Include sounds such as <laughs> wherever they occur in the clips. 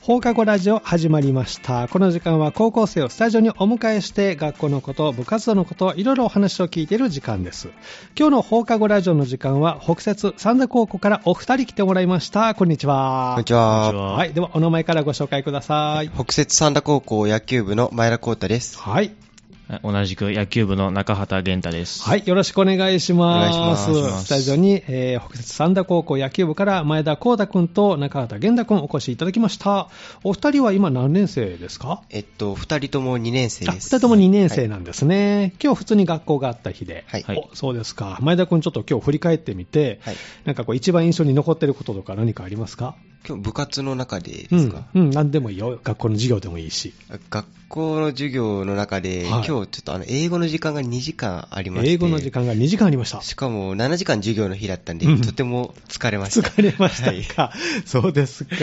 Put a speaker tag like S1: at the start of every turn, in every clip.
S1: 放課後ラジオ始まりました。この時間は高校生をスタジオにお迎えして、学校のこと、部活動のこと、いろいろお話を聞いている時間です。今日の放課後ラジオの時間は、北節三田高校からお二人来てもらいました。こんにちは。
S2: こんにち
S3: こんに
S2: は。
S3: ち
S1: はい。では、お名前からご紹介ください。
S2: 北摂三田高校野球部の前田光太です。
S1: はい。
S3: 同じく野球部の中畑玄太です。
S1: はい、よろしくお願いします。
S2: お願いします
S1: スタジオに、えー北摂三田高校野球部から前田光太君と中畑玄太君お越しいただきました。お二人は今何年生ですか
S2: えっと、二人とも2年生
S1: あ
S2: で
S1: 二
S2: す。
S1: 人とも2年生なんですね、今日普通に学校があった日で、
S2: はい
S3: はい
S1: おそうですか、前田君、ちょっと今日振り返ってみて、
S2: はい。
S1: なんかこう、一番印象に残ってることとか、何かありますか
S2: 今日部活の中でですか、
S1: うん、うん、何でもいいよ、学校の授業でもいいし、
S2: 学校の授業の中で、
S1: はい
S2: 今日ちょっとあの、英語の時間が2時間ありまして。
S1: 英語の時間が2時間ありました。
S2: しかも7時間授業の日だったんで、
S1: うん
S2: とても疲れました。
S1: 疲れましたか、そうですか、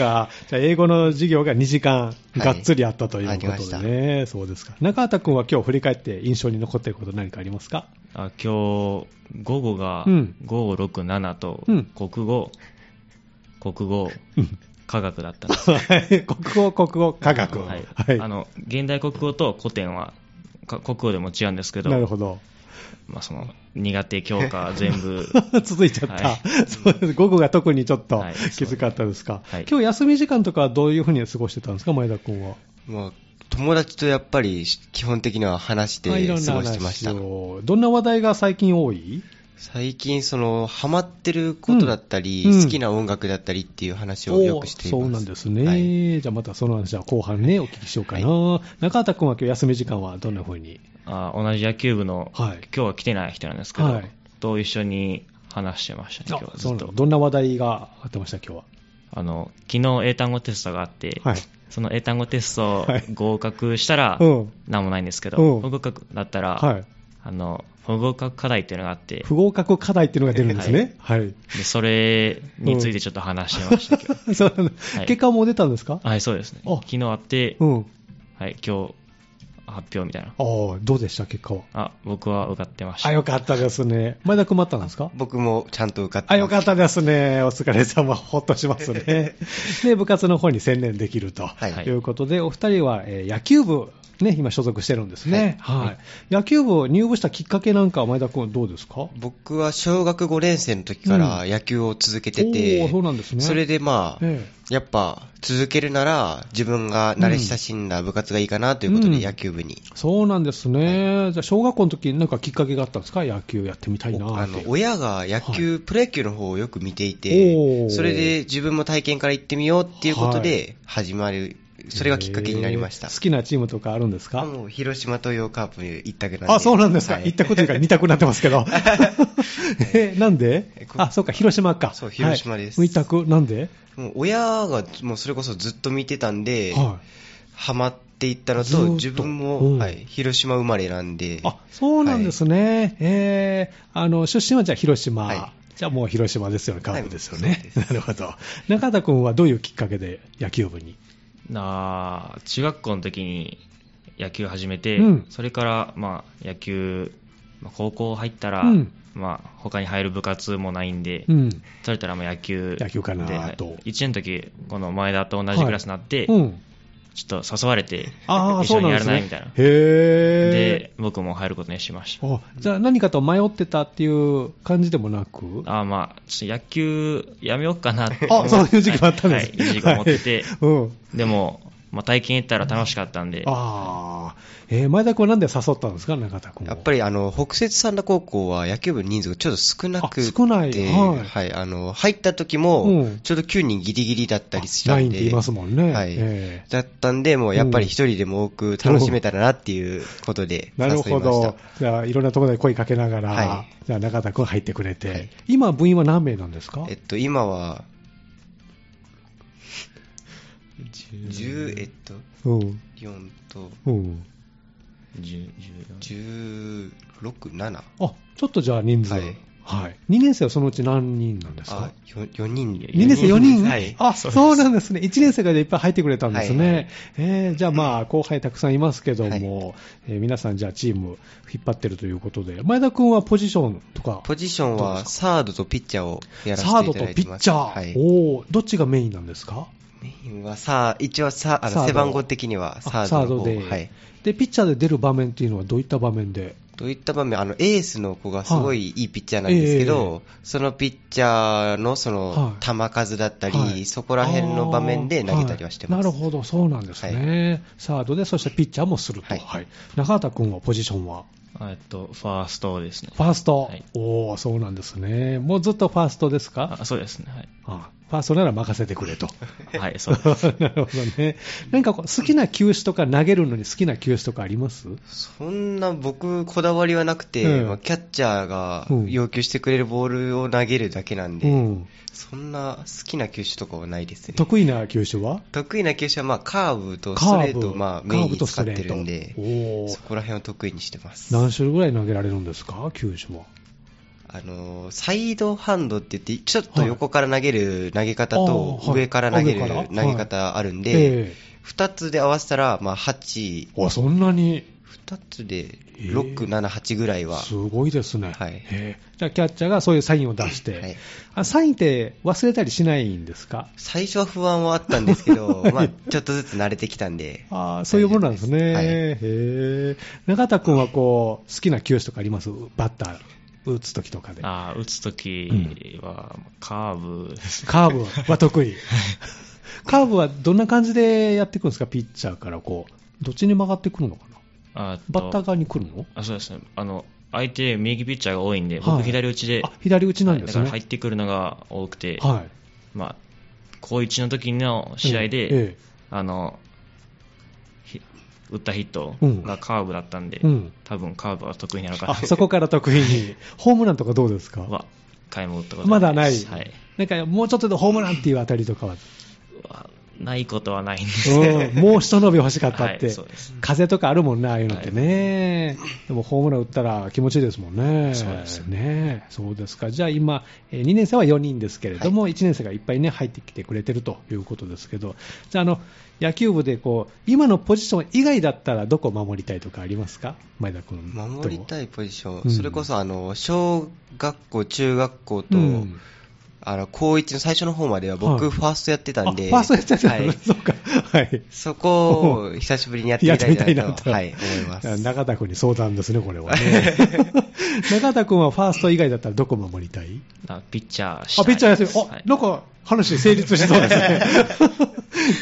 S1: じゃあ、英語の授業が2時間、
S2: い
S1: がっつりあったということで
S2: あ
S1: ね、そうですか、中畑君は今日振り返って、印象に残っていること、何かあります
S2: <laughs>
S1: か
S3: あ今日、午後が
S1: うん
S3: 567と、
S1: うん
S3: 国語、国語、科学だったんです。
S1: はい国語、国語、科学、
S3: はい
S1: はい
S3: あの、現代国語と古典は、か国語でも違うんですけど、
S1: なるほど。
S3: まあ、その苦手教
S1: <laughs>
S3: 科全部
S1: 続いちゃった、
S3: は
S1: そうです午後が特にちょっと
S3: はい
S1: きつかったですか、
S3: はい
S1: 今日休み時間とかはどういうふうに過ごしてたんですか、前田君は。
S2: まあ、友達とやっぱり基本的には話して
S1: あいろん
S2: 過
S1: な
S2: ごしてまし
S1: 話
S2: た。
S1: を、どんな話題が最近多い
S2: 最近、その、ハマってることだったり、
S1: うん
S2: 好きな音楽だったりっていう話をよくしています。
S1: おーそうなんですね、
S2: はい
S1: じゃあまたその話は後半ね、お聞きしようかな、中畑君は今日休み時間はどんなふうに、
S3: あ、同じ野球部の、
S1: はい
S3: 今日は来てない人なんですけど、
S1: はい
S3: と一緒に話してましたね、今日
S1: あ
S3: は
S1: そう
S3: ずっ
S1: なの
S3: と。
S1: どんな話題があってました、今
S3: あの昨日英単語テストがあって、
S1: 日は。はい、
S3: その英単語テスト
S1: はい
S3: 合格したら、
S1: うん
S3: なんもないんですけど、
S1: うん
S3: 不合格だったら、
S1: はい、
S3: あの不合格課題っていうのがあって
S1: 不合格課題っていうのが出るんですね、はい、
S3: でそれについてちょっと話してましたけど、
S1: <laughs> そうなの
S3: い
S1: 結果もう出たんですか、
S3: <laughs> はいそうですね
S1: あ
S3: 昨日あって、
S1: うん、
S3: はい、今日発表みたいな
S1: ああ、どうでした、結果は。
S3: あ僕は受かってました
S1: あ、よかったですね。前田君もあったんですか
S2: 僕もちゃんと受かってます
S1: あ、よかったですね。お疲れ様。ほっとします
S2: <laughs>
S1: ね。で、部活の方に専念できると。
S2: はいい。
S1: うことで、お二人は、えー野球部、ね、今所属してるんですね。はい。
S3: はい
S1: 野球部入部したきっかけなんかは前田君どうですか
S2: 僕は小学5年生の時から野球を続けて
S1: お
S2: て、
S1: ーそうなんですね。
S2: それでまあ、
S1: え
S2: やっぱ続けるなら自分が慣れ親しんだ部活がいいかなということ
S1: うん
S2: で野球部に、
S1: えそうなんですね。じゃあ、小学校の時なんかきっかけがあったんですか野球やってみたいな
S2: おあ
S1: ーっ
S2: の
S1: て。
S2: 親が野球、プロ野球の方をよく見てい
S1: お
S2: て
S1: ー
S2: それで自分も体験から行ってみようっていうことで始まる、それがきっかけになりました、
S1: えー好きなチームとかあるんですか
S2: あもう広島東洋カープに行ったくなんで
S1: あ、そうなんですか。
S2: は
S1: 一択というか二択になってますけ
S2: <laughs>
S1: ど。え、なんで
S2: えこ
S1: あ、そうか、広島か。
S2: そう広島です
S1: はい一択、なんで
S2: もう親がもうそれこそずっと見てたんで、
S1: は
S2: ハマっていったの
S1: ずーっ
S2: と、
S1: と
S2: 自分
S1: うん
S2: も、はい、広島生まれなんで
S1: い。、あ、そうなんですね。えーあの、出身はじゃあ広島。
S2: はい
S1: じゃあもう広島ですよね、カープですよね。
S2: は
S1: なるほど。中田君はどういうきっかけで野球部に
S3: なあ中学校の時に野球始めて、
S1: うん
S3: それから、まあ、野球、まあ高校入ったら、
S1: うん
S3: まあ、他に入る部活もないんで、
S1: うん。
S3: それたらまあ野球
S1: 野球かな
S3: ではい
S1: と
S3: 一年の時この前田と同じクラスになって、
S1: うん。
S3: ちょっと誘われて、
S1: ああ、
S3: 一
S1: そ
S3: 緒
S1: うな
S3: に
S1: ん
S3: や
S1: で
S3: ら
S1: す
S3: ない
S1: ね
S3: みたいな。。
S1: へ
S3: で、僕も入ることにしまし
S1: ー。あじゃあ何かと迷ってたっていう感じでもなく
S3: た。あーまあ、ちょっと野球やめようかなって思
S1: あ、
S3: って。
S1: そういう時期もあったんです。
S3: はい、はい、いい時期を持ってて、
S1: はい <laughs> うん。
S3: でも、まあ、体験行ったら楽しかったんで、
S1: ああ、えー前田君はなんで誘ったんですか、中田君を
S2: やっぱりあの北摂三田高校は野球部の人数がちょっと少なくて、
S1: あ少ないは
S2: はいいあの入った時
S1: う
S2: も
S1: ん、
S2: ちょうど9人ギリギリだったりした
S1: あ
S2: ん
S1: 9って言
S2: で
S1: い、ますもんね。
S2: はい
S1: え
S2: だったんで、もうやっぱり一人でも多く楽しめたらなっていうことで
S1: ー
S2: 誘
S1: ない
S2: ま
S1: る
S2: した。
S1: ほど。じゃあ、いろんなところで声かけながら、
S2: は
S1: じゃあ、中田君入ってくれて、
S2: はい
S1: 今、部員は何名なんですか
S2: えっと、今は、10、えっと、
S1: うん。
S2: 4と、
S1: うん。
S3: 10 14
S2: 16、7。
S1: あ、ちょっとじゃあ、人数。は
S2: はいい。
S1: 2年生はそのうち何人なんです
S2: あ
S1: か、
S2: 4, 4人。
S1: 2年生4人、
S2: はい。
S1: あ、そうなんですね。1年生がいっぱい入ってくれたんですね。
S2: はいはい
S1: えーじゃあまあ、後輩たくさんいますけども、えー皆さんじゃあチーム引っ張ってるということで、前田君はポジションとか、
S2: ポジション
S1: どうで
S2: はサードとピッチャーをやらせ
S1: サード
S2: ていた
S1: と
S2: だい
S1: ピ
S2: て
S1: ッ
S2: ます。
S1: チャー、
S2: はい。
S1: おーどっちがメインなんですか
S2: メインはさあ、一応さあ、あ
S1: サー
S2: の
S1: ド
S2: 背番号的にはサードの
S1: あ
S2: 方
S1: で、
S2: はい。
S1: で、ピッチャーで出る場面っていうのはどういった場面で
S2: といった場面、あの、エースの子がすごいいいピッチャーなんですけど、
S1: は
S2: そのピッチャーのそ
S1: は
S2: の
S1: い
S2: 球数だったり、
S1: はい
S2: そこら辺の場面で投げたりはしてます。
S1: あーはいなるほど、そうなんですね。サードで、そしてピッチャーもすると。
S2: はい
S1: はい中畑君はポジションは
S3: あえっと、ファーストですね。
S1: ファースト。
S3: はい
S1: おおそうなんですね。もうずっとファーストですか
S3: あそうですね。はい。
S1: あファーストなら任せてくれと。 <laughs>
S3: はい、そうです。
S1: なるほどね。なんかこう好きな球種とか投げるのに好きな球種とかあります
S2: そんな僕、こだわりはなくて、
S1: うん
S2: まあキャッチャーが
S1: うん
S2: 要求してくれるボールを投げるだけなんで、
S1: うん。
S2: そんな好きな球種とかはないですね。
S1: 得意な球種は
S2: 得意な球種は、まあ、カーブとスト
S1: カ
S2: レ
S1: ー
S2: ートを、
S1: ブ。
S2: まあ、
S1: カ
S2: メイ
S1: ー
S2: ン
S1: ブ
S2: に
S1: とス
S2: 使
S1: トレ
S2: って
S1: ート。
S2: るんで、
S1: お
S2: そ
S1: ー
S2: こら辺を得意にしてます。
S1: 何種類ぐらい投げられるんですか球種は。
S2: あのーサイドハンドって言って、ちょっと横から投げる投げ方と
S1: あー、はい
S2: 上から投げる
S1: 上から
S2: 投げ方あるんで、
S1: ええ
S2: 2つで合わせたら、まあ、8、
S1: あそんなに
S2: 2つで
S1: え
S2: 6、7、8ぐらいは、
S1: すごいですね、
S2: はい
S1: へえじゃあ、キャッチャーがそういうサインを出して、
S2: はい
S1: あサインって忘れたりしないんですか
S2: 最初は不安はあったんです
S1: <laughs>
S2: けど、まあ、ちょっとずつ慣れてきたんで、
S1: あーそういうものなんですね、
S2: はい
S1: へえ中田君はこう好きな球種とかあります、バッター、打つ時とかで、
S3: あー打つときは、カーブですね。
S1: カーブは
S2: <laughs>
S1: 得意、カーブはどんな感じでやっていくんですか、ピッチャーからこう、どっちに曲がってくるのかな、
S3: あー
S1: バッター
S3: と
S1: 側に来るの
S3: あそうですね。あの、相手、右ピッチャーが多いんで、
S1: は
S3: 僕、
S1: い
S3: 左打ちで、
S1: あ左打ちなん
S3: は
S1: で
S3: いだ
S1: す
S3: か
S1: ね、
S3: ら入ってくるのが多くて、
S1: はい、
S3: まあ、高1の時の試合で、
S1: ええ
S3: あの、ひ打ったヒットがカーブだったんで、
S1: うん
S3: 多分カーブは得意なのかな
S1: あそこから得意
S3: <laughs>
S1: に、ホームランとかどうですか、
S3: は、買い物ったこと
S1: まだない、
S3: ですはい。
S1: なんかもうちょっとでホームランっていうあたりとかは、
S3: はないことはないんで
S1: うんもう一伸び欲しかったっ
S3: は
S1: て
S3: いそうです、
S1: 風とかあるもんな、ああいうのってね、でもホームラン打ったら気持ちいいですもんね、
S3: そうです
S1: ねそうですか、じゃあ今、2年生は4人ですけれども、1年生がいっぱいね、入ってきてくれてるということですけど、じゃあ、あの野球部でこう今のポジション以外だったら、どこ守りたいとかありますか、前田君とも。
S2: 守りたいポジション、
S1: うん
S2: それこそ、あの、小学校、中学校と、
S1: うん
S2: あの、高1の最初の方までは僕、
S1: はい
S2: ファーストやってたんで、
S1: あファーストやっちゃってた
S2: は
S1: の、<laughs>
S2: い
S1: そうか。はい。
S2: そこを久しぶりにやって
S1: や
S2: み
S1: ってみた
S2: た
S1: い
S2: いな
S1: な
S2: と、
S1: と。
S2: はい、思います。
S1: 中田君に相談ですね、これは
S2: <laughs>
S1: ね。中田君はファースト以外だったらどこ守りたい
S3: <laughs> あピッチャーした
S1: あ、
S3: い
S1: ピッチャー休み。あ、
S3: はい
S1: なんか話成立しそうです
S2: <laughs>
S1: ね。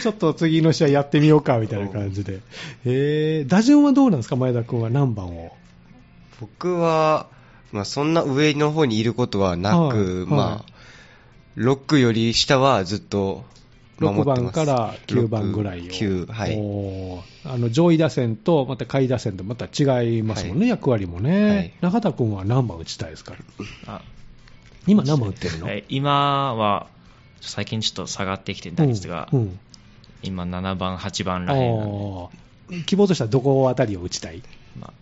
S1: ちょっと次の試合やってみようか、みたいな感じで。えー、打順はどうなんですか、前田君は何番を。
S2: 僕は、まあ、そんな上の方にいることはな
S1: はい
S2: く、
S1: は
S2: まあ、6より下はずっと守
S1: 6
S2: ってます。
S1: 番から9番ぐらいを。
S2: 6 9、はい。
S1: おーあの上位打線と、また下位打線とまた違いますもんね、役割もね。
S2: はい
S1: 中田君は何番打ちたいですか
S3: あ
S1: 今何番打ってるの、
S3: はい今は最近ちょっと下がってきてたんですが、
S1: うんうん
S3: 今7番8番らへんなんで、
S1: あー希望としてはどこあたりを打ちたい
S3: まあ、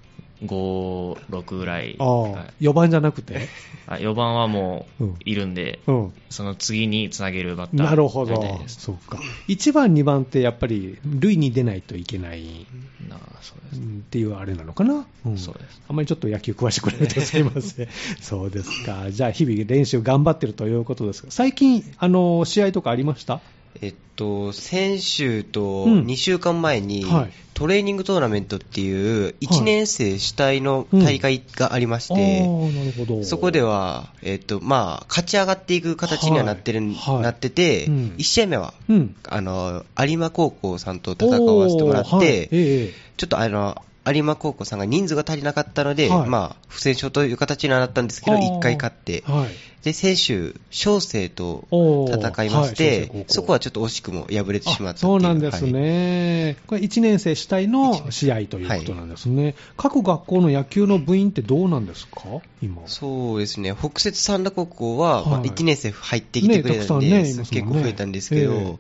S3: 56ぐらい
S1: あー ?4 番じゃなく
S3: <laughs>
S1: て、
S3: 4番はもう
S1: うん
S3: いるんで、
S1: うん、
S3: その次につなげるバッター
S1: なるほ
S3: になり
S1: ど
S3: たい、です
S1: そうか1番、2番ってやっぱり塁に出ないといけない
S3: なそうで
S1: う
S3: す
S1: んっていうあれなのかな、ん
S3: そうです
S1: あんまりちょっと野球詳しくないのですいま
S3: <laughs>
S1: せん、そうですか、じゃあ日々練習頑張ってるということですが、最近、あの試合とかありました
S2: えっと、先週と
S1: うん
S2: 2週間前に、
S1: はい
S2: トレーニングトーナメントっていう1年生主体の大会がありまし
S1: あ
S2: て、
S1: ーなるほど
S2: そこでは、えっと、まあ、勝ち上がっていく形にはなってるん、
S1: はいはい
S2: なってて、
S1: うん
S2: 1試合目は、
S1: うん、
S2: あの、有馬高校さんと戦わせてもらって、
S1: おーはいえええ
S2: ちょっとあの、有馬高校さんが人数が足りなかったので、
S1: はい
S2: まあ、不戦勝という形にはなったんですけど、
S1: あー
S2: 1回勝って
S1: え、はい、
S2: で、先週、小生と
S1: おー
S2: 戦いまし
S1: はい小生
S2: て、
S1: 高校
S2: そこはちょっと惜しくも敗れてしまったってい
S1: そうなんです
S2: はい
S1: ね、これ、1年生主体の試合ということなんですね、各学校の野球の部員ってどうなんですか、今。
S2: そうですね、北摂三田高校は、まあ
S1: はい
S2: 1年生入ってきてくれたんで、
S1: ねたくさんねいますもんね
S2: 結構増えたんですけど、
S1: ええ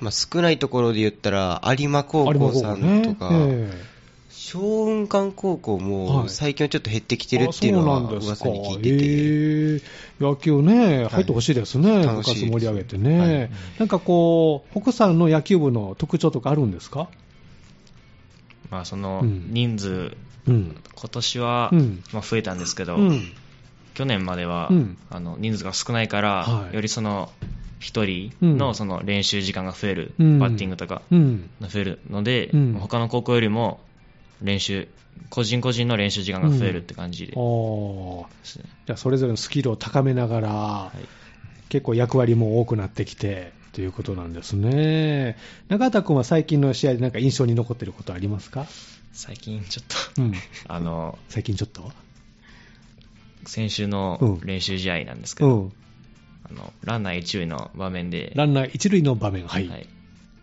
S2: まあ、少ないところで言ったら、有馬高校さんとか、
S1: 有馬高校ねえ
S2: 小雲館高校
S1: は
S2: も
S1: い
S2: 最近はちょっと減ってきてるっていうのは
S1: あそうなんですか
S2: 噂に聞いてて、
S1: へえ野球ね、入ってほしいですね、部
S2: 楽
S1: 活
S2: しいです
S1: 盛り上げてね、
S2: はい
S1: なんかこう、北山の野球部の特徴とかあるんですか、
S3: まあ、その
S1: うん
S3: 人数、
S1: うん、
S3: 今年は、
S1: うん
S3: まあ、増えたんですけど、
S1: うん
S3: 去年までは、
S1: うん
S3: あの人数が少ないから、
S1: はい
S3: よりその一人
S1: う
S3: の
S1: ん
S3: その練習時間が増える、
S1: うん
S3: バッティングとか
S1: うん。
S3: 増えるので、
S1: うん
S3: 他の高校よりも練習個人個人の練習時間が増えるって感じで、
S1: おーじゃあ、それぞれのスキルを高めながら、
S3: い
S1: 結構役割も多くなってきて、ということなんですね。中田君は最近の試合でなんか印象に残ってることありますか
S3: 最近ちょっ
S1: う
S3: と、
S1: ん。
S3: あの
S1: 最近ちょっと
S3: 先週
S1: う
S3: の
S1: ん
S3: 練習試合なんですけ
S1: う
S3: ど、
S1: ん。
S3: あのランナー一塁の場面で、
S1: ランナー一塁の場面、はい。
S3: はい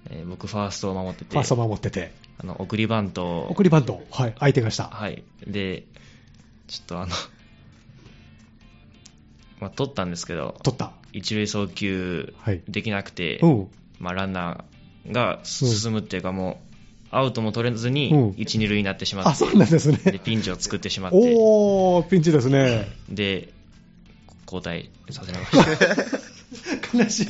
S3: えー僕ファーストを守って
S1: フ
S3: て
S1: ァースト守ってて、
S3: あの送りバントを
S1: 送りバント、はい、相手がした。
S3: はい。で、ちょっとあの、 <laughs> まあ、取ったんですけど、
S1: 取った。
S3: 一塁送球
S1: はい
S3: できなくて、
S1: うん。
S3: まあ、ランナーが進むっていうか、もう、アウトも取れず
S1: うん
S3: に、一、二塁になってしま
S1: あ、
S3: っ
S1: そうなんです
S3: て、で、
S1: ね。
S3: ピンチを作ってしまって、
S1: <laughs> おー、ピンチですね。
S3: で、交代させられまし
S1: 悲 <laughs> しい。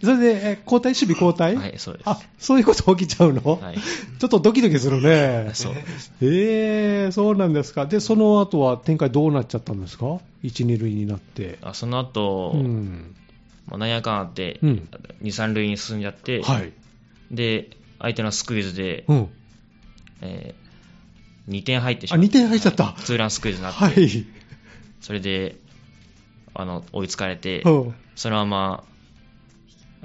S1: それで、え交代、守備交代
S3: た。はい、そうです。
S1: あ、そういうこと起きちゃうの、
S3: はい。
S1: ちょっとドキドキするね。 <laughs>
S3: そう。
S1: えー、そうなんですか。で、その後は展開どうなっちゃったんですか ?1、2塁になって。
S3: あその後、
S1: うん。
S3: まあ、なんやかんあって、
S1: うん
S3: 二、三塁に進んじゃって、
S1: はい。
S3: で、相手のスクイズで、
S1: うん。
S3: え2点入ってし
S1: あ、
S3: まって
S1: 2点入っちゃった。
S3: ツーランスクイズになって、
S1: はい。
S3: それであの追いつかれて、
S1: うん。
S3: そのまま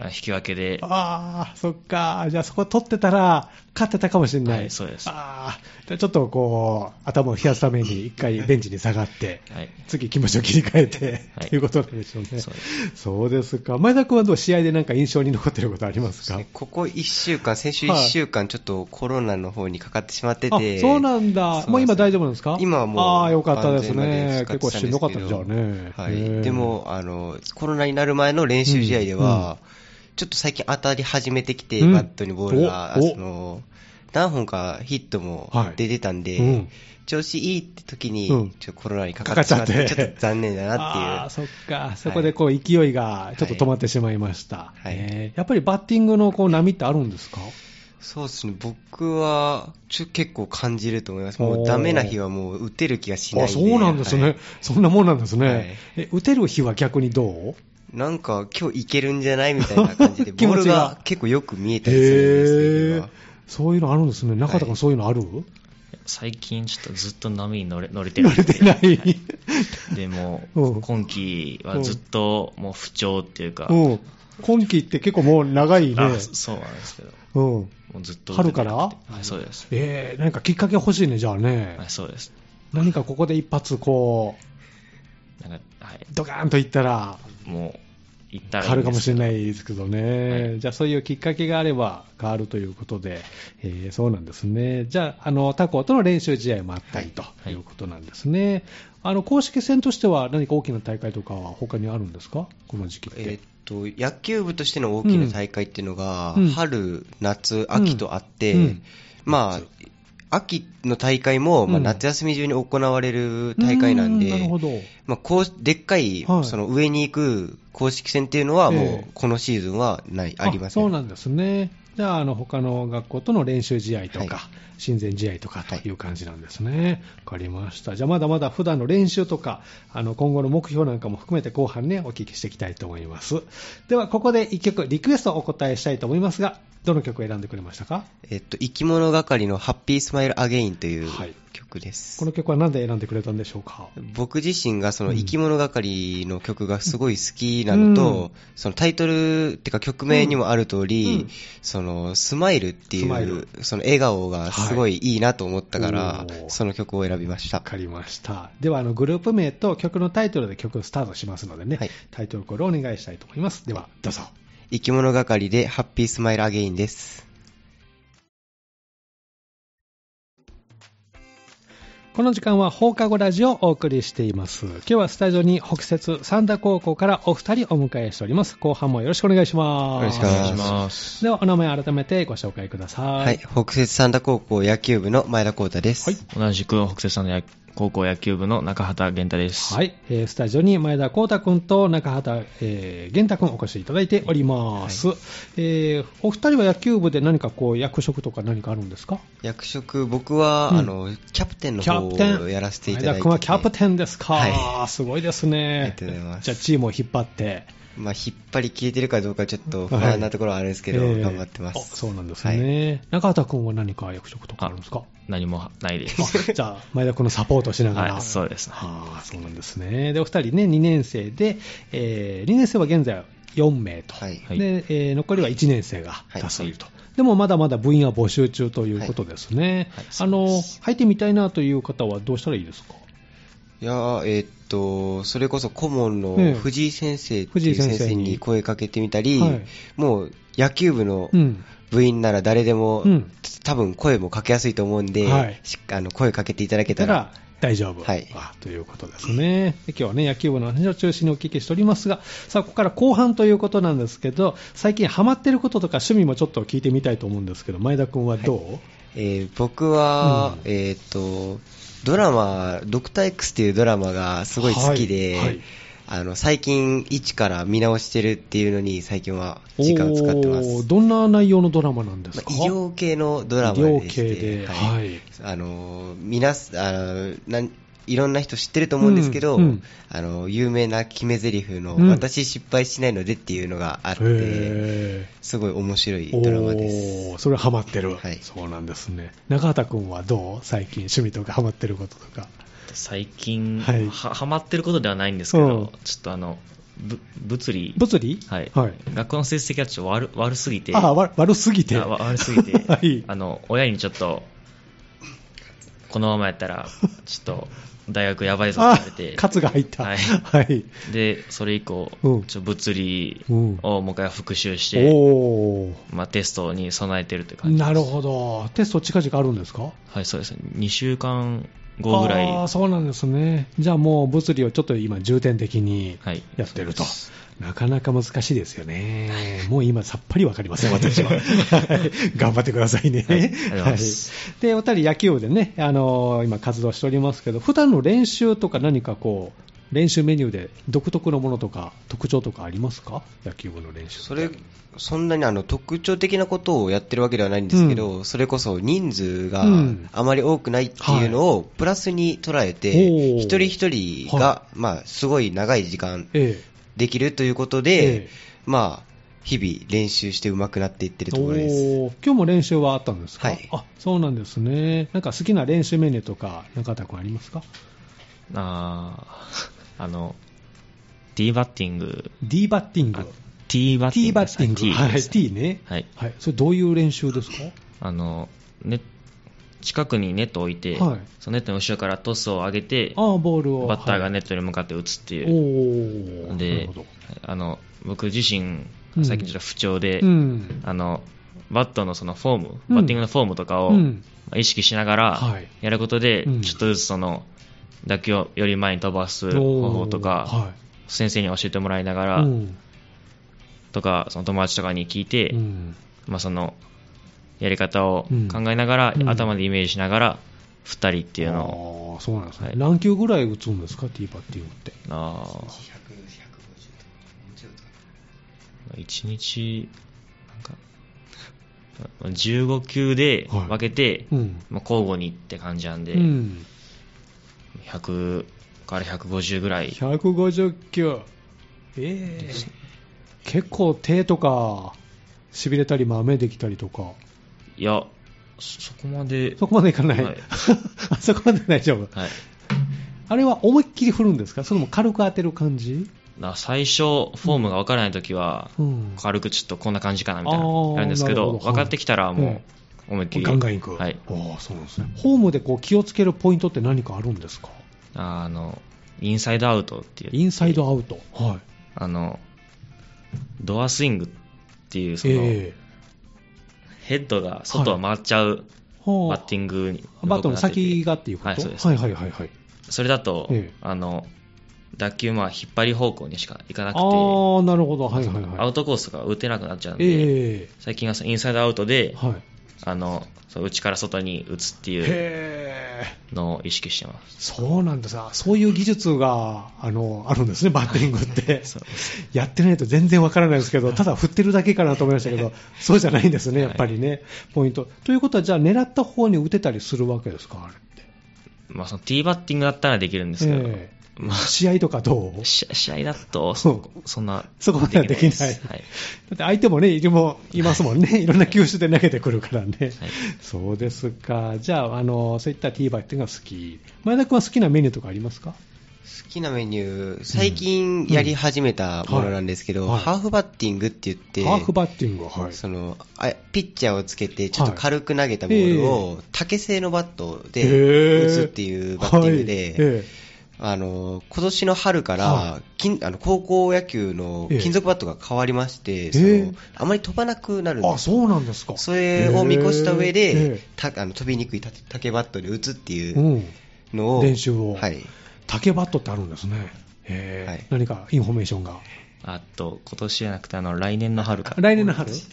S3: あ引き分けで、
S1: ああ、そっか。じゃあそこ取ってたら、勝ってたかもしれない。
S3: はいそうです
S1: ああ、じゃあちょっとこう、頭を冷やすために一回ベンチに下がって、
S3: はい、
S1: 次気持ちを切り替えて、
S3: はい
S1: ということなんでしょうね。
S3: そうで
S1: そうですか。前田君はどう試合でなんか印象に残ってることありますか
S2: ここ1週間、先週
S1: はい
S2: 1週間、ちょっとコロナの方にかかってしまって
S1: あ
S2: て、
S1: そうなんだ、もう今大丈夫なんですか
S2: 今はもう、
S1: ああ、よかったです
S2: 万全ま
S1: ね、
S2: 使
S1: 結
S2: って
S1: 構しんどかったんじゃあね、
S2: たんですけどは
S1: へえ
S2: い、で、もあの、コロナになる前の練習試合では、ちょっと最近当たり始めてきて、
S1: うん
S2: バットにボールが、
S1: おお
S2: その何本かヒットも
S1: はい
S2: 出てたんで、
S1: うん
S2: 調子いいって時に、
S1: うん
S2: ちょっとコロナにかかってしまって、
S1: かかっちゃっ
S2: ち
S1: て
S2: ょっと残念だ
S1: あ <laughs>
S2: な
S1: あ
S2: って
S1: そっか、そこでこう勢いがちょっと止まってしまいました、
S2: はい
S1: えーやっぱりバッティングのこう波ってあるんですか、
S2: いう、そうですね、僕はちょ結構感じると思います、もうダメな日はもう打てる気がしな
S1: あ
S2: いんで、
S1: そうなんですね、
S2: はい
S1: そんなもんなんですね、
S2: はい
S1: え打てる日は逆にどう
S2: なんか今日いけるんじゃないみたいな
S1: <laughs>
S2: 感じで、
S1: 気
S2: ボ
S1: 持
S2: ール
S1: ちが
S2: が結構よく見えたりするん
S1: へ
S2: です
S1: え
S2: ね、
S1: そういうのあるんですね、中田
S2: は
S1: 君、
S2: い
S1: そういうのある、
S3: 最近ちょっとずっと波に乗れ乗れてる
S1: 慣れてない、
S3: でも
S1: うん
S3: 今季はずっともう不調っていうか、
S1: うん、今季って結構もう長いね、
S3: あそうなんですけど
S1: うん、
S3: もうずっと打て
S1: 春
S3: て
S1: か
S3: な
S1: ら
S3: くてはい、そうです、
S1: えー、なんかきっかけ欲しいね、じゃあね、
S3: はい、そうです
S1: 何かここで一発、こ
S3: なんか、はい、
S1: う、ドカーンといったら、
S3: もう行ったら
S1: 変わるかもしれ
S3: いんで
S1: ないですけどね、
S3: はい
S1: じゃあ、そういうきっかけがあれば変わるということで、えーそうなんですね、じゃあ、あの他校との練習試合もあったりと
S3: い
S1: いうことなんですね、あの公式戦としては、何か大きな大会とかは、他にあるんですか、この時期って。
S2: えーっと野球部としての大きな大会っていうのが、
S1: うん
S2: 春、夏、秋とあって、
S1: うん
S2: まあ、秋の大会も、ま
S1: う
S2: あ、
S1: ん
S2: 夏休み中に行われる大会なんで、
S1: うなるほど、
S2: まあ、こうでっかい、
S1: はい
S2: その上に行く公式戦っていうのは、も
S1: ええ
S2: うこのシーズンはない、ありません。
S1: そうなんですね。じゃあ、あの、他の学校との練習試合とか、
S2: は
S1: 親善試合とかと
S2: はい
S1: いう感じなんですね。わ、かりました。じゃあ、まだまだ普段の練習とか、あの、今後の目標なんかも含めて後半ね、お聞きしていきたいと思います。では、ここで一曲、リクエストをお答えしたいと思いますが、どの曲を選んでくれましたか
S2: えーっと、生き物係のハッピースマイルアゲインという
S1: はい
S2: 曲です。
S1: この曲は何で選んでくれたんでしょうか
S2: 僕自身がその
S1: うん
S2: 生き物係の曲がすごい好きなのと、
S1: うん
S2: そのタイトルってか曲名にもある通り、
S1: うんうん
S2: そのスマイルって
S1: スマイ
S2: い
S1: ル
S2: うその笑顔がすごいいいなと思ったから、
S1: おー
S2: その曲を選びまし
S1: わ
S2: た。
S1: かりました。では、あの、グループ名と曲のタイトルで曲をスタートしますのでね、
S2: はい
S1: タイトルコールお願いしたいと思います。では、どうぞ。
S2: 生き物係でハッピースマイルアゲインです。
S1: この時間は放課後ラジオをお送りしています。今日はスタジオに北節三田高校からお二人お迎えしております。後半もよろしくお願いします。
S2: よろしくお
S3: す
S2: 願
S3: お願いし
S2: す
S3: ます
S1: では、お名前改めてご紹介ください。
S2: はい、北摂三田高校野球部の前田光太です。
S1: はい
S3: 同じく北星さんの野高校野球部の中畑源太です、
S1: はい。えースタジオに前田光太君と中畑、えー源太君お越しいただいております。えーお二人は野球部で何かこう役職とか何かあるんですか
S2: 役職、僕は、
S1: うん
S2: あの、キャプテンの
S1: キ
S2: 方
S1: ャプテ
S2: を
S1: ン。
S2: やらせていただい
S1: 前田
S2: てて。
S1: 君はキャプテンですか、
S2: は
S1: すごいですね。
S2: ありがとうございます
S1: じゃあチームを引っ張って、
S2: まあ、引っ張り切れてるかどうかちょっと不安なところはあるんですけど、
S1: ええ
S2: 頑張ってま
S1: あ
S2: す。
S1: そうなんですね。中畑君は何か役職とかあるんですか
S3: 何もないで
S1: <laughs>
S3: す。
S1: あじゃあ、前田君のサポートしながら。
S3: はい、そうですね。
S1: ああ、そうなんですね。で、お二人ね、2年生で、え2年生は現在4名と。
S2: はい。
S3: はい
S1: で、えー残りは1年生が多数いると。
S3: は
S1: でもまだまだ部員は募集中ということですね。
S3: はいはい
S1: あの、入ってみたいなという方はどうしたらいいですか
S2: いやーえーっと、それこそ顧問の
S1: ええ
S2: 藤井先生って
S1: 藤
S2: い
S1: 井
S2: う
S1: 先
S2: 先
S1: 生
S2: 生
S1: に
S2: に声かけてみたり、
S1: はい
S2: もう野球部の
S1: うん。
S2: 部員なら誰でも、
S1: うん
S2: 多分声もかけやすいと思うんで、
S1: はい
S2: しあの声かけていただけ
S1: た
S2: た
S1: ら
S2: ら、
S1: 大丈夫、
S2: はい
S1: あということですね。で今日はね、野球部の話を中心にお聞きしておりますが、さあ、ここから後半ということなんですけど、最近ハマってることとか趣味もちょっと聞いてみたいと思うんですけど、前田君はどう、
S2: えー僕は、
S1: う
S2: えーっと、ドラマ、ドクター X っていうドラマがすごい好きで、
S1: はいはい
S2: あの最近一から見直してるっていうのに最近は時間を使ってます。
S1: おーどんな内容のドラマなんです
S2: ま
S1: か、
S2: あ、医療系のドラマでして
S1: 医療系で
S2: はい
S1: はい
S2: あの皆すあのなんいろんな人知ってると思うんですけど、
S1: うんうん
S2: あの有名な決め台詞の、
S1: うん
S2: 私失敗しないので」っていうのがあって
S1: へー
S2: すごい面白いドラマです
S1: おーそれハマってる、
S2: はい
S1: そうなんですね中畑君はどう最近趣味とかハマってることとか
S3: 最近、
S1: はい
S3: ははまってることではないんですけど、
S1: うん
S3: ちょっとあの、ぶ物理、
S1: 物理
S3: はい
S1: はい、
S3: 学校の成績がちょっと悪悪すぎて、
S1: あわ悪すぎて
S3: あわ悪すぎて、
S1: <laughs> はい
S3: あの親にちょっと、このままやったら、ちょっと大学やばいぞって言われて、
S1: カツが入った
S3: はい
S1: はい
S3: でそれ以降、
S1: うん
S3: ちょっと物理
S1: うん
S3: をもう一回復習して、
S1: おお
S3: まあ、テストに備えてるって感じ
S1: なるほどテスト近々あるんですか
S3: はい、そうですね。2週間後ぐらい。
S1: あー
S3: は
S1: そうなんですねじゃあもう物理をちょっと今重点的に
S3: い。
S1: やってると
S3: そうです。
S1: なかなか難しいですよね。もう今さっぱりわかりません、私
S3: <laughs>
S1: は。はい頑張ってくださいね。
S3: はいありがとうございます
S1: はいで、お二人野球部でね、あのー今活動しておりますけど、普段の練習とか何かこう、練習メニューで独特のものとか、特徴とかありますか野球部の練習。
S2: それそんなにあの特徴的なことをやってるわけではないんですけど、それこそ人数が
S1: うん
S2: あまり多くないっていうのをプラスに捉えて、
S1: おー
S2: 一人一人が、
S1: は
S2: まあ、すごい長い時間
S1: え
S2: できるということ
S1: え。
S2: で、
S1: ええ
S2: まあ、日々練習して上手くなっていってるところです。
S1: おー今日も練習はあったんですか、
S2: はい
S1: あそうなんですね、なんか好きな練習メニューとか、中田君ありますか
S3: あー <laughs> あの、T バッティング。
S1: D バッティン
S3: あ
S1: グ、
S3: T バッティン
S1: T
S3: グ。
S1: バッティング、
S3: はい
S1: は。い、T ね、
S3: はい
S1: はい、それどういう練習ですか
S3: あの、ね、近くにネットを置いて、
S1: はい
S3: そのネットの後ろからトスを上げて、
S1: ああ、ボールを。
S3: バッターが
S1: ね、
S3: ネットに向かって打つっていう。
S1: おーなる
S3: で
S1: ほど、
S3: あの、僕自身
S1: う、ん
S3: 最近ちょっと不調で、
S1: うん、
S3: あの、バットのそのフォーム、
S1: うん
S3: バッティングのフォームとかを、
S1: うん
S3: まあ意識しながら
S1: はい
S3: やることで、
S1: うん
S3: ちょっとずつその打球をより前に飛ばす方法とか、
S1: おーはい
S3: 先生に教えてもらいながら、
S1: うん
S3: とかその友達とかに聞いて、
S1: うん
S3: まあ、そのやり方を
S1: うん
S3: 考えながら、
S1: うん
S3: 頭でイメージしながら振ったりっていうのを、
S1: ああ、そうなんですね、
S3: はい
S1: 何球ぐらい打つんですか、T バッティングって。
S3: あー1日なんかまあ15球で分けて、
S1: うん
S3: まあ、交互にって感じなんで、
S1: うん、
S3: 100から150ぐらい
S1: 150球、ええ結構手とか、しびれたり、まめできたりとか、
S3: いや、そそこまで、
S1: そこまでいかない、
S3: はい
S1: あ <laughs> そこまで大丈夫、
S3: はい、
S1: あれは思いっきり振るんですか、それとも軽く当てる感じ、
S3: な最初、フォームが分からないときは、
S1: うん、
S3: 軽くちょっとこんな感じかなみたい
S1: あ
S3: な、
S1: ー
S3: やるんです
S1: な
S3: け
S1: る
S3: ど、
S1: ほど
S3: 分かってきたらもう、思いっきり、
S1: ガンガンいく、
S3: はい、
S1: ああそうなんですね、ホームでこう気をつけるポイントって何かあるんですか、
S3: あの、インサイドアウトって
S1: イ
S3: いう、
S1: ンサイドアウト、はい、
S3: あの、ドアスイングっていう、その、
S1: ええ
S3: ヘッドが外を回っちゃう
S1: は
S3: バ
S1: あ
S3: ッティングに、
S1: バットの先がっていうこと、
S3: はい、そうです。
S1: はいはいはいはい、
S3: それだと、
S1: ええ
S3: あの、打球、まあ、引っ張り方向にしかいかなくて、
S1: ああ、なるほど、はいはい
S3: ア
S1: はい、
S3: ウトコースが打てなくなっちゃうんで、
S1: ええ
S3: 最近はそのインサイドアウトで、
S1: はい、
S3: あの、そう内から外に打つっていう
S1: へえ、
S3: のを意識してます。
S1: そうなんですあそういう技術があのあるんですね、バッティング <laughs> って。
S3: そう
S1: やってないと全然わからないですけど、ただ振ってるだけかなと思いましたけど、そうじゃないんですね、やっぱりね、ポイント。ということは、じゃあ、狙った方に打てたりするわけですか、あれって。
S3: まあ、そのティーバッティングだったらできるんですけど、
S1: え
S3: まあ
S1: 試合とかどう
S3: し試合だとそ、そんな、
S1: <laughs> そこまではできない
S3: ですはい。
S1: だって相手もね、いるもいますもんね、いろんな球種で投げてくるからね、そうですか、じゃあ、あのそういった T バイっていうのが好き、前田君は好きなメニューとかありますか
S2: 好きなメニュー、最近やり始めたものなんですけど、
S1: うんはいはい
S2: ハーフバッティングって言って、
S1: ハーフバッティングは、はい、
S2: そのあピッチャーをつけて、ちょっと軽く投げたボール
S1: はい
S2: を、竹製のバット
S1: へ
S2: で
S1: ー
S2: 打つっていうバッティング
S1: はい
S2: で、
S1: え
S2: あの今年の春か
S1: は
S2: ら金あの高校野球の
S1: ええ
S2: 金属バットが変わりまして、そ
S1: ええ
S2: のあまり飛ばなくなるん
S1: え
S2: で
S1: あ
S2: す
S1: そうなんですか、
S2: それを見越した上
S1: へー
S2: で
S1: え、
S2: たあの飛びにくい竹竹バットで打つって
S1: え
S2: いう
S1: うん、
S2: のを、
S1: 練習を <laughs>
S2: はい、
S1: 竹バットってあるんですね、へえ
S2: はい
S1: 何かインフォメーションが、
S3: あと、今年じゃなくて、あの、来年の春
S1: <laughs>
S3: から。
S1: 来年の春
S3: これ知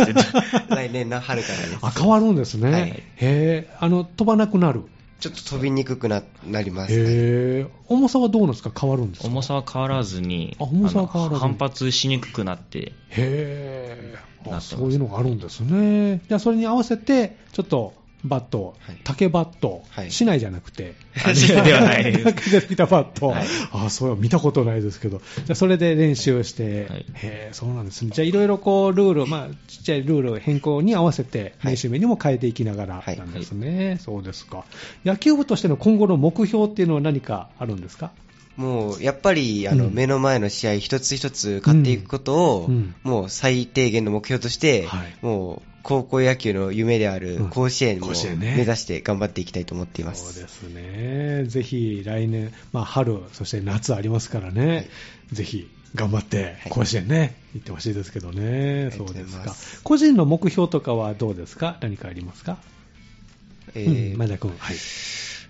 S3: ってた
S2: 来年の春からです
S1: あ変わるんですね、
S2: はい
S1: へえあの飛ばなくなる、
S2: ちょっと飛びにくくななります、はい
S1: へえ重さはどうなんですか、変わるんですか、
S3: 重さは変わらずに、
S1: あ重さは変わらずに
S3: あの反発しにくくなって、
S1: へ
S3: なって
S1: え、あ
S3: ます
S1: そういうのがあるんですね。じゃあ、それに合わせて、ちょっとバット、
S2: はい
S1: 竹バット、
S2: はい
S1: 市内じゃなく
S3: <laughs>
S1: て、
S3: あではないです。
S1: 竹でできたバット、
S3: はい
S1: あそう見たことないですけど、じゃあそれで練習して、
S3: はい
S1: へえそうなんですね。じゃあ、いろいろこう、ルールを、まあ、ちっちゃいルールを変更に合わせて、
S2: はい
S1: 練習メニューも変えていきながら
S2: はい
S1: なんですね。そうですか。野球部としての今後の目標っていうのは何かあるんですか
S2: もうやっぱりあの、
S1: うん
S2: 目の前の試合一つ一つ勝っていくことを、
S1: うんうん
S2: もう最低限の目標として、
S1: はい
S2: もう高校野球の夢である
S1: うん
S2: 甲子園を
S1: 甲子園ね
S2: 目指して頑張っていきたいと思っていま
S1: そう
S2: す。
S1: ですね、ぜひ来年、まあ、春、そして夏ありますからね、ぜひ頑張って
S2: はい
S1: 甲子園ね、行ってほしいですけどね、
S2: あり
S1: そう
S2: がとうござい
S1: で
S2: ます
S1: すか、個人の目標とかはどうですか、何かありますか、
S2: え
S1: う
S2: ー
S1: ん前田君、はい、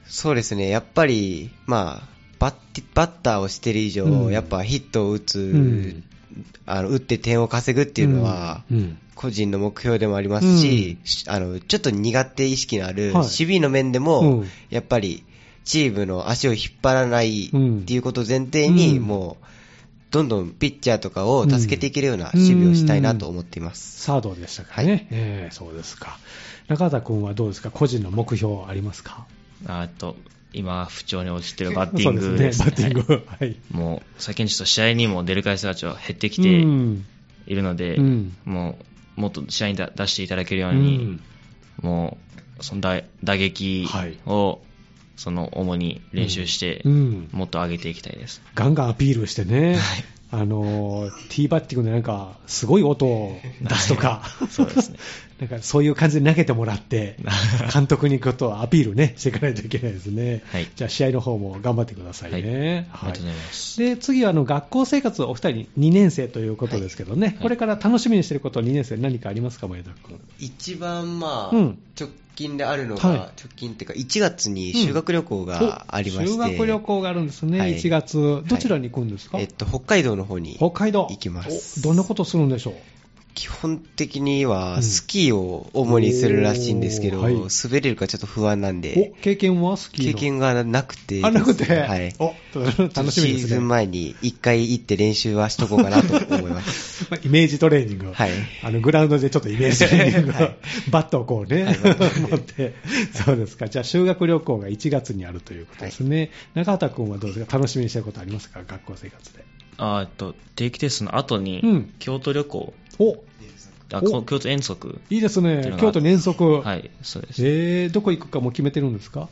S2: そうですね、やっぱり、まあ、バッティバッターをしてる以上、
S1: うん
S2: やっぱヒットを打つ、
S1: うん
S2: あの打って点を稼ぐっていうのは、
S1: うんうん
S2: 個人の目標でもありますし、あのちょっと苦手意識のあ
S1: は
S2: る
S1: い
S2: 守備の面で
S1: う
S2: も、
S1: ん
S2: やっぱりチームの足を引っ張らない
S1: うん
S2: っていうことを前提に、
S1: うん
S2: もうどんどんピッチャーとかを助けていけるような守備をしたいなと思っています。
S1: サードでしたかね、ええそうですか、中畑君はどうですか、個人の目標ありますか、
S3: あと、今、不調に陥ってるバッティン
S1: そ
S3: グ
S1: うで
S3: ですす
S1: ね、
S3: ね
S1: バッティング、はい、
S3: もう、最近ちょっと試合にも出る回数がちょっと減ってき
S1: う
S3: て
S1: ん
S3: いるので、
S1: うん
S3: もう、もっと試合にだ出していただけるよう
S1: う
S3: に、
S1: ん
S3: もう、その打打撃
S1: はい
S3: を、その、主に練習して、
S1: うん
S3: もっと上げていきたいです。
S1: ガンガンアピールしてね、
S3: はい
S1: あのーティーバッティングでなんか、すごい音を出すとか、
S3: そうですね。
S1: <laughs> なんかそういう感じで投げてもらって、
S3: <laughs>
S1: 監督にことをアピールね、していかないといけないですね。
S3: はい
S1: じゃあ、試合の方も頑張ってくださいね。
S3: はいありがとうございます
S1: で、次はあの学校生活、お二人、2年生ということですけどね、
S3: い
S1: これから楽しみにしていること、2年生、何かありますか、前田君。
S2: 一番まあ、
S1: うん
S2: 直近であるのが、
S1: はい
S2: 直近っていうか1月に修学旅行がありまして、
S1: お修学旅行があるんですね、
S2: はい
S1: 1月、どちらに行くんですか、
S2: えっと、北海道の方に
S1: 北海道
S2: 行きます
S1: おどんなことするんでしょう
S2: 基本的に
S1: うん
S2: はスキーを主にするらしいんですけど、
S1: おーはい
S2: 滑れるかちょっと不安なん
S1: お
S2: で、
S1: 経験はスキーの
S2: 経験がなくて、
S1: あなくて、
S2: はい。
S1: お楽しみで
S2: シー
S1: す
S2: ズ
S1: ね、
S2: ン
S1: ま
S2: 前に一回行って練習はしとこうかなと思います。
S1: あイメージトレーニング、
S2: はい
S1: あのグラウンドでちょっとイメージトレーニング、 <laughs> バットをこうね、持って、そうですか、じゃあ、修学旅行が1月にあるということですね、中畑君はどうですか、楽しみにしてることありますか、学校生活で。
S3: あえっと、定期テストの後に、
S1: うん
S3: 京都旅行、
S1: お
S3: あ
S1: お
S3: こ京都遠足。
S1: いいです
S3: っていう
S1: ね
S3: の、が
S1: 京都に遠足、
S3: はい、そうです。
S1: えー、どこ行くかもう決めてるんですか、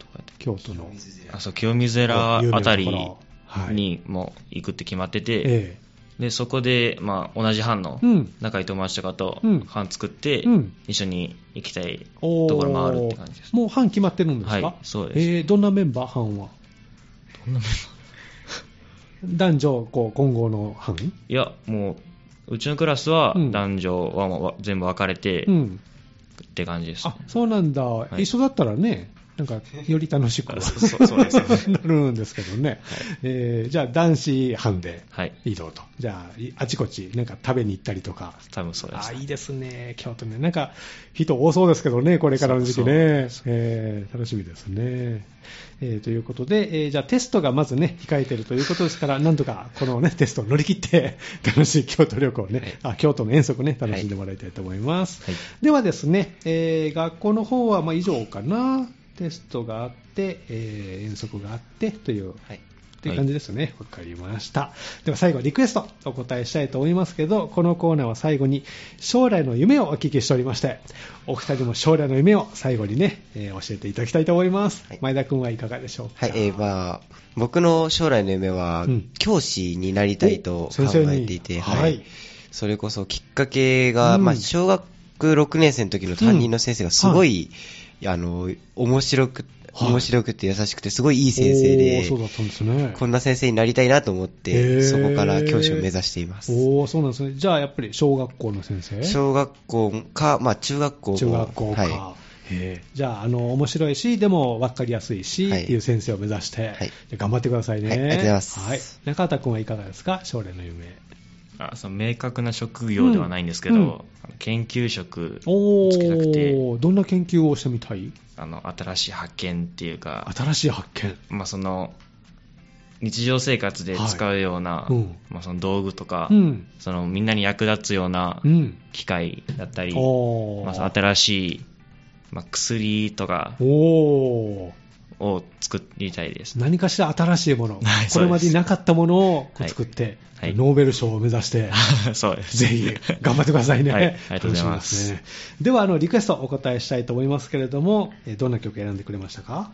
S3: とかで
S1: 京都の。
S3: あそう清水寺あたり
S1: 有名なところはい
S3: にもう行くって決まってて、
S1: え
S3: でそこで、まあ、同じ班の
S1: うん
S3: 仲いい友達とかと
S1: うん
S3: 班作って、
S1: うん
S3: 一緒に行きたい
S1: えおー
S3: ところ回るって感じです。
S1: もう班決まってるんですか、
S3: はいそうです
S1: えーどんなメンバー、班は。
S3: どんなメンバー
S1: 男女こう混合の班
S3: いや、もう、うちのクラスは
S1: うん
S3: 男女はもうわ全部分かれて、
S1: うん。
S3: って感じです、ね
S1: あ、そうなんだ。
S3: い
S1: 一緒だったらね、なんか、より楽しく
S3: あそうそうですよ
S1: <laughs> なるんですけどね。えーじゃあ、男子班で
S3: はい。
S1: 移動と。じゃあ、いあちこち、なんか食べに行ったりとか。
S3: 多分そうで
S1: あ
S3: す、
S1: いいですね、京都ね、なんか人多そうですけどね、これからの時期
S3: そう
S1: ね、えー楽しみですね、えーということで、えーじゃあテストがまずね、控えてるということですから、なんとかこの、ね、テストを乗り切って、 <laughs> 楽しい京都旅行をね、あ京都の遠足ね、楽しんでもらいたいと思います。
S3: はい
S1: ではですね、えー学校の方はまあ以上かな。テストがあって、えー遠足があってという
S2: はい。
S1: っていう感じですね。わ、かりました。では最後、リクエストお答えしたいと思いますけど、このコーナーは最後に将来の夢をお聞きしておりまして、お二人も将来の夢を最後にね、えー教えていただきたいと思います。
S2: はい
S1: 前田君はいかがでしょうか。
S2: はい、えー、まあ、僕の将来の夢は
S1: うん、
S2: 教師になりたいと
S1: お
S2: 考
S1: 先生に
S2: えていて、
S1: はい
S2: それこそきっかけが、
S1: うん
S2: まあ、小学6年生の時の担任の先生がすごい、あの、面白く、
S1: はい
S2: 面白くて優しくて、すごいいい先生で、
S1: おーそうだったんですね。
S2: こんな先生になりたいなと思っ
S1: へー
S2: て、そこから教師を目指しています。
S1: おーそうなんですね。じゃあやっぱり小学校の先生
S2: 小学校か、まあ中学校も。
S1: 中学校か。
S2: は
S1: へーじゃあ、あの、面白いし、でも分かりやすいし、
S2: はい
S1: っていう先生を目指して、
S2: はい
S1: じゃあ頑張ってくださいね、
S2: はいありがとうございます
S1: はい中畑君はいかがですか将来の夢。
S3: あその明確な職業ではないんですけど、
S1: うんうん
S3: あの研究職
S1: お
S3: つけたくて
S1: ー、どんな研究をしてみたい
S3: あの新しい発見っていうか、
S1: 新しい発見。
S3: まあ、その日常生活で使うような、
S1: はいうん
S3: まあ、その道具とか、
S1: うん。
S3: そのみんなに役立つような
S1: うん。
S3: 機械だったり、
S1: おー。
S3: まあ、その新しい、まあ、薬とか
S1: おー。
S3: を作りたいです、
S1: 何かしら新しいもの、
S3: <laughs> は
S1: こ
S3: い
S1: れまで
S3: そうです
S1: になかったものをこう
S3: はい
S1: 作って、
S3: はい
S1: ノーベル賞を目指して、
S3: <laughs> そうで
S1: <laughs>
S3: す
S1: ぜひ頑張ってくださいね。
S3: はいありがとうございます
S1: 楽しみですね。では、あの、リクエストお答えしたいと思いますけれども、えーどんな曲選んでくれましたか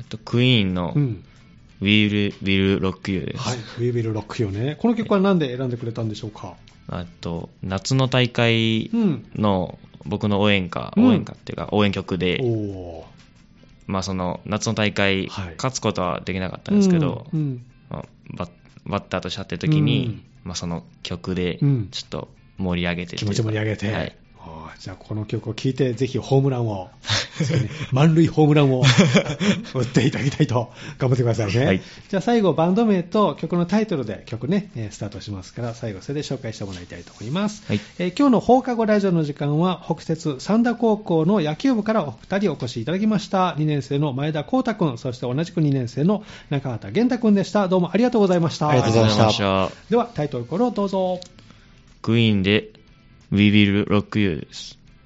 S3: あとクイーンの
S1: うん。
S3: 「Will Will Rock You」です、
S1: はい。We Will Rock You ね。この曲は何で選んでくれたんでしょうか
S3: あと夏の大会
S1: うん。
S3: の僕の応援歌、
S1: うん
S3: 応援歌っていうか応援曲で、
S1: おー。
S3: まあ、その夏の大会、
S1: はい
S3: 勝つことはできなかったんですけど、
S1: うんうん
S3: まあバッバッターとしてやってる時に、
S1: うん
S3: まあ、その曲でち
S1: う
S3: ょ
S1: ん
S3: っと盛り上げてと
S1: 気
S3: いう
S1: 持
S3: か
S1: ち盛り上げて。
S3: はい、
S1: あーじゃあ、この曲を聴いて、ぜひホームランを、そうね満塁ホームラン
S2: <laughs>
S1: を打っていただきたいと、頑張ってくださいね。
S3: はい
S1: じゃあ、最後、バンド名と曲のタイトルで曲ね、えースタートしますから、最後、それで紹介してもらいたいと思います。
S3: はい
S1: えー今日の放課後ラジオの時間は、北節三田高校の野球部からお二人お越しいただきました。2年生の前田光太くん、そして同じく2年生の中畑玄太くんでした。どうもありがとうございました。
S2: ありがとうございました
S3: ありがとうございまし
S1: では、タイトルコールをどうぞ。
S3: たクイーンで「We Will Rock You」です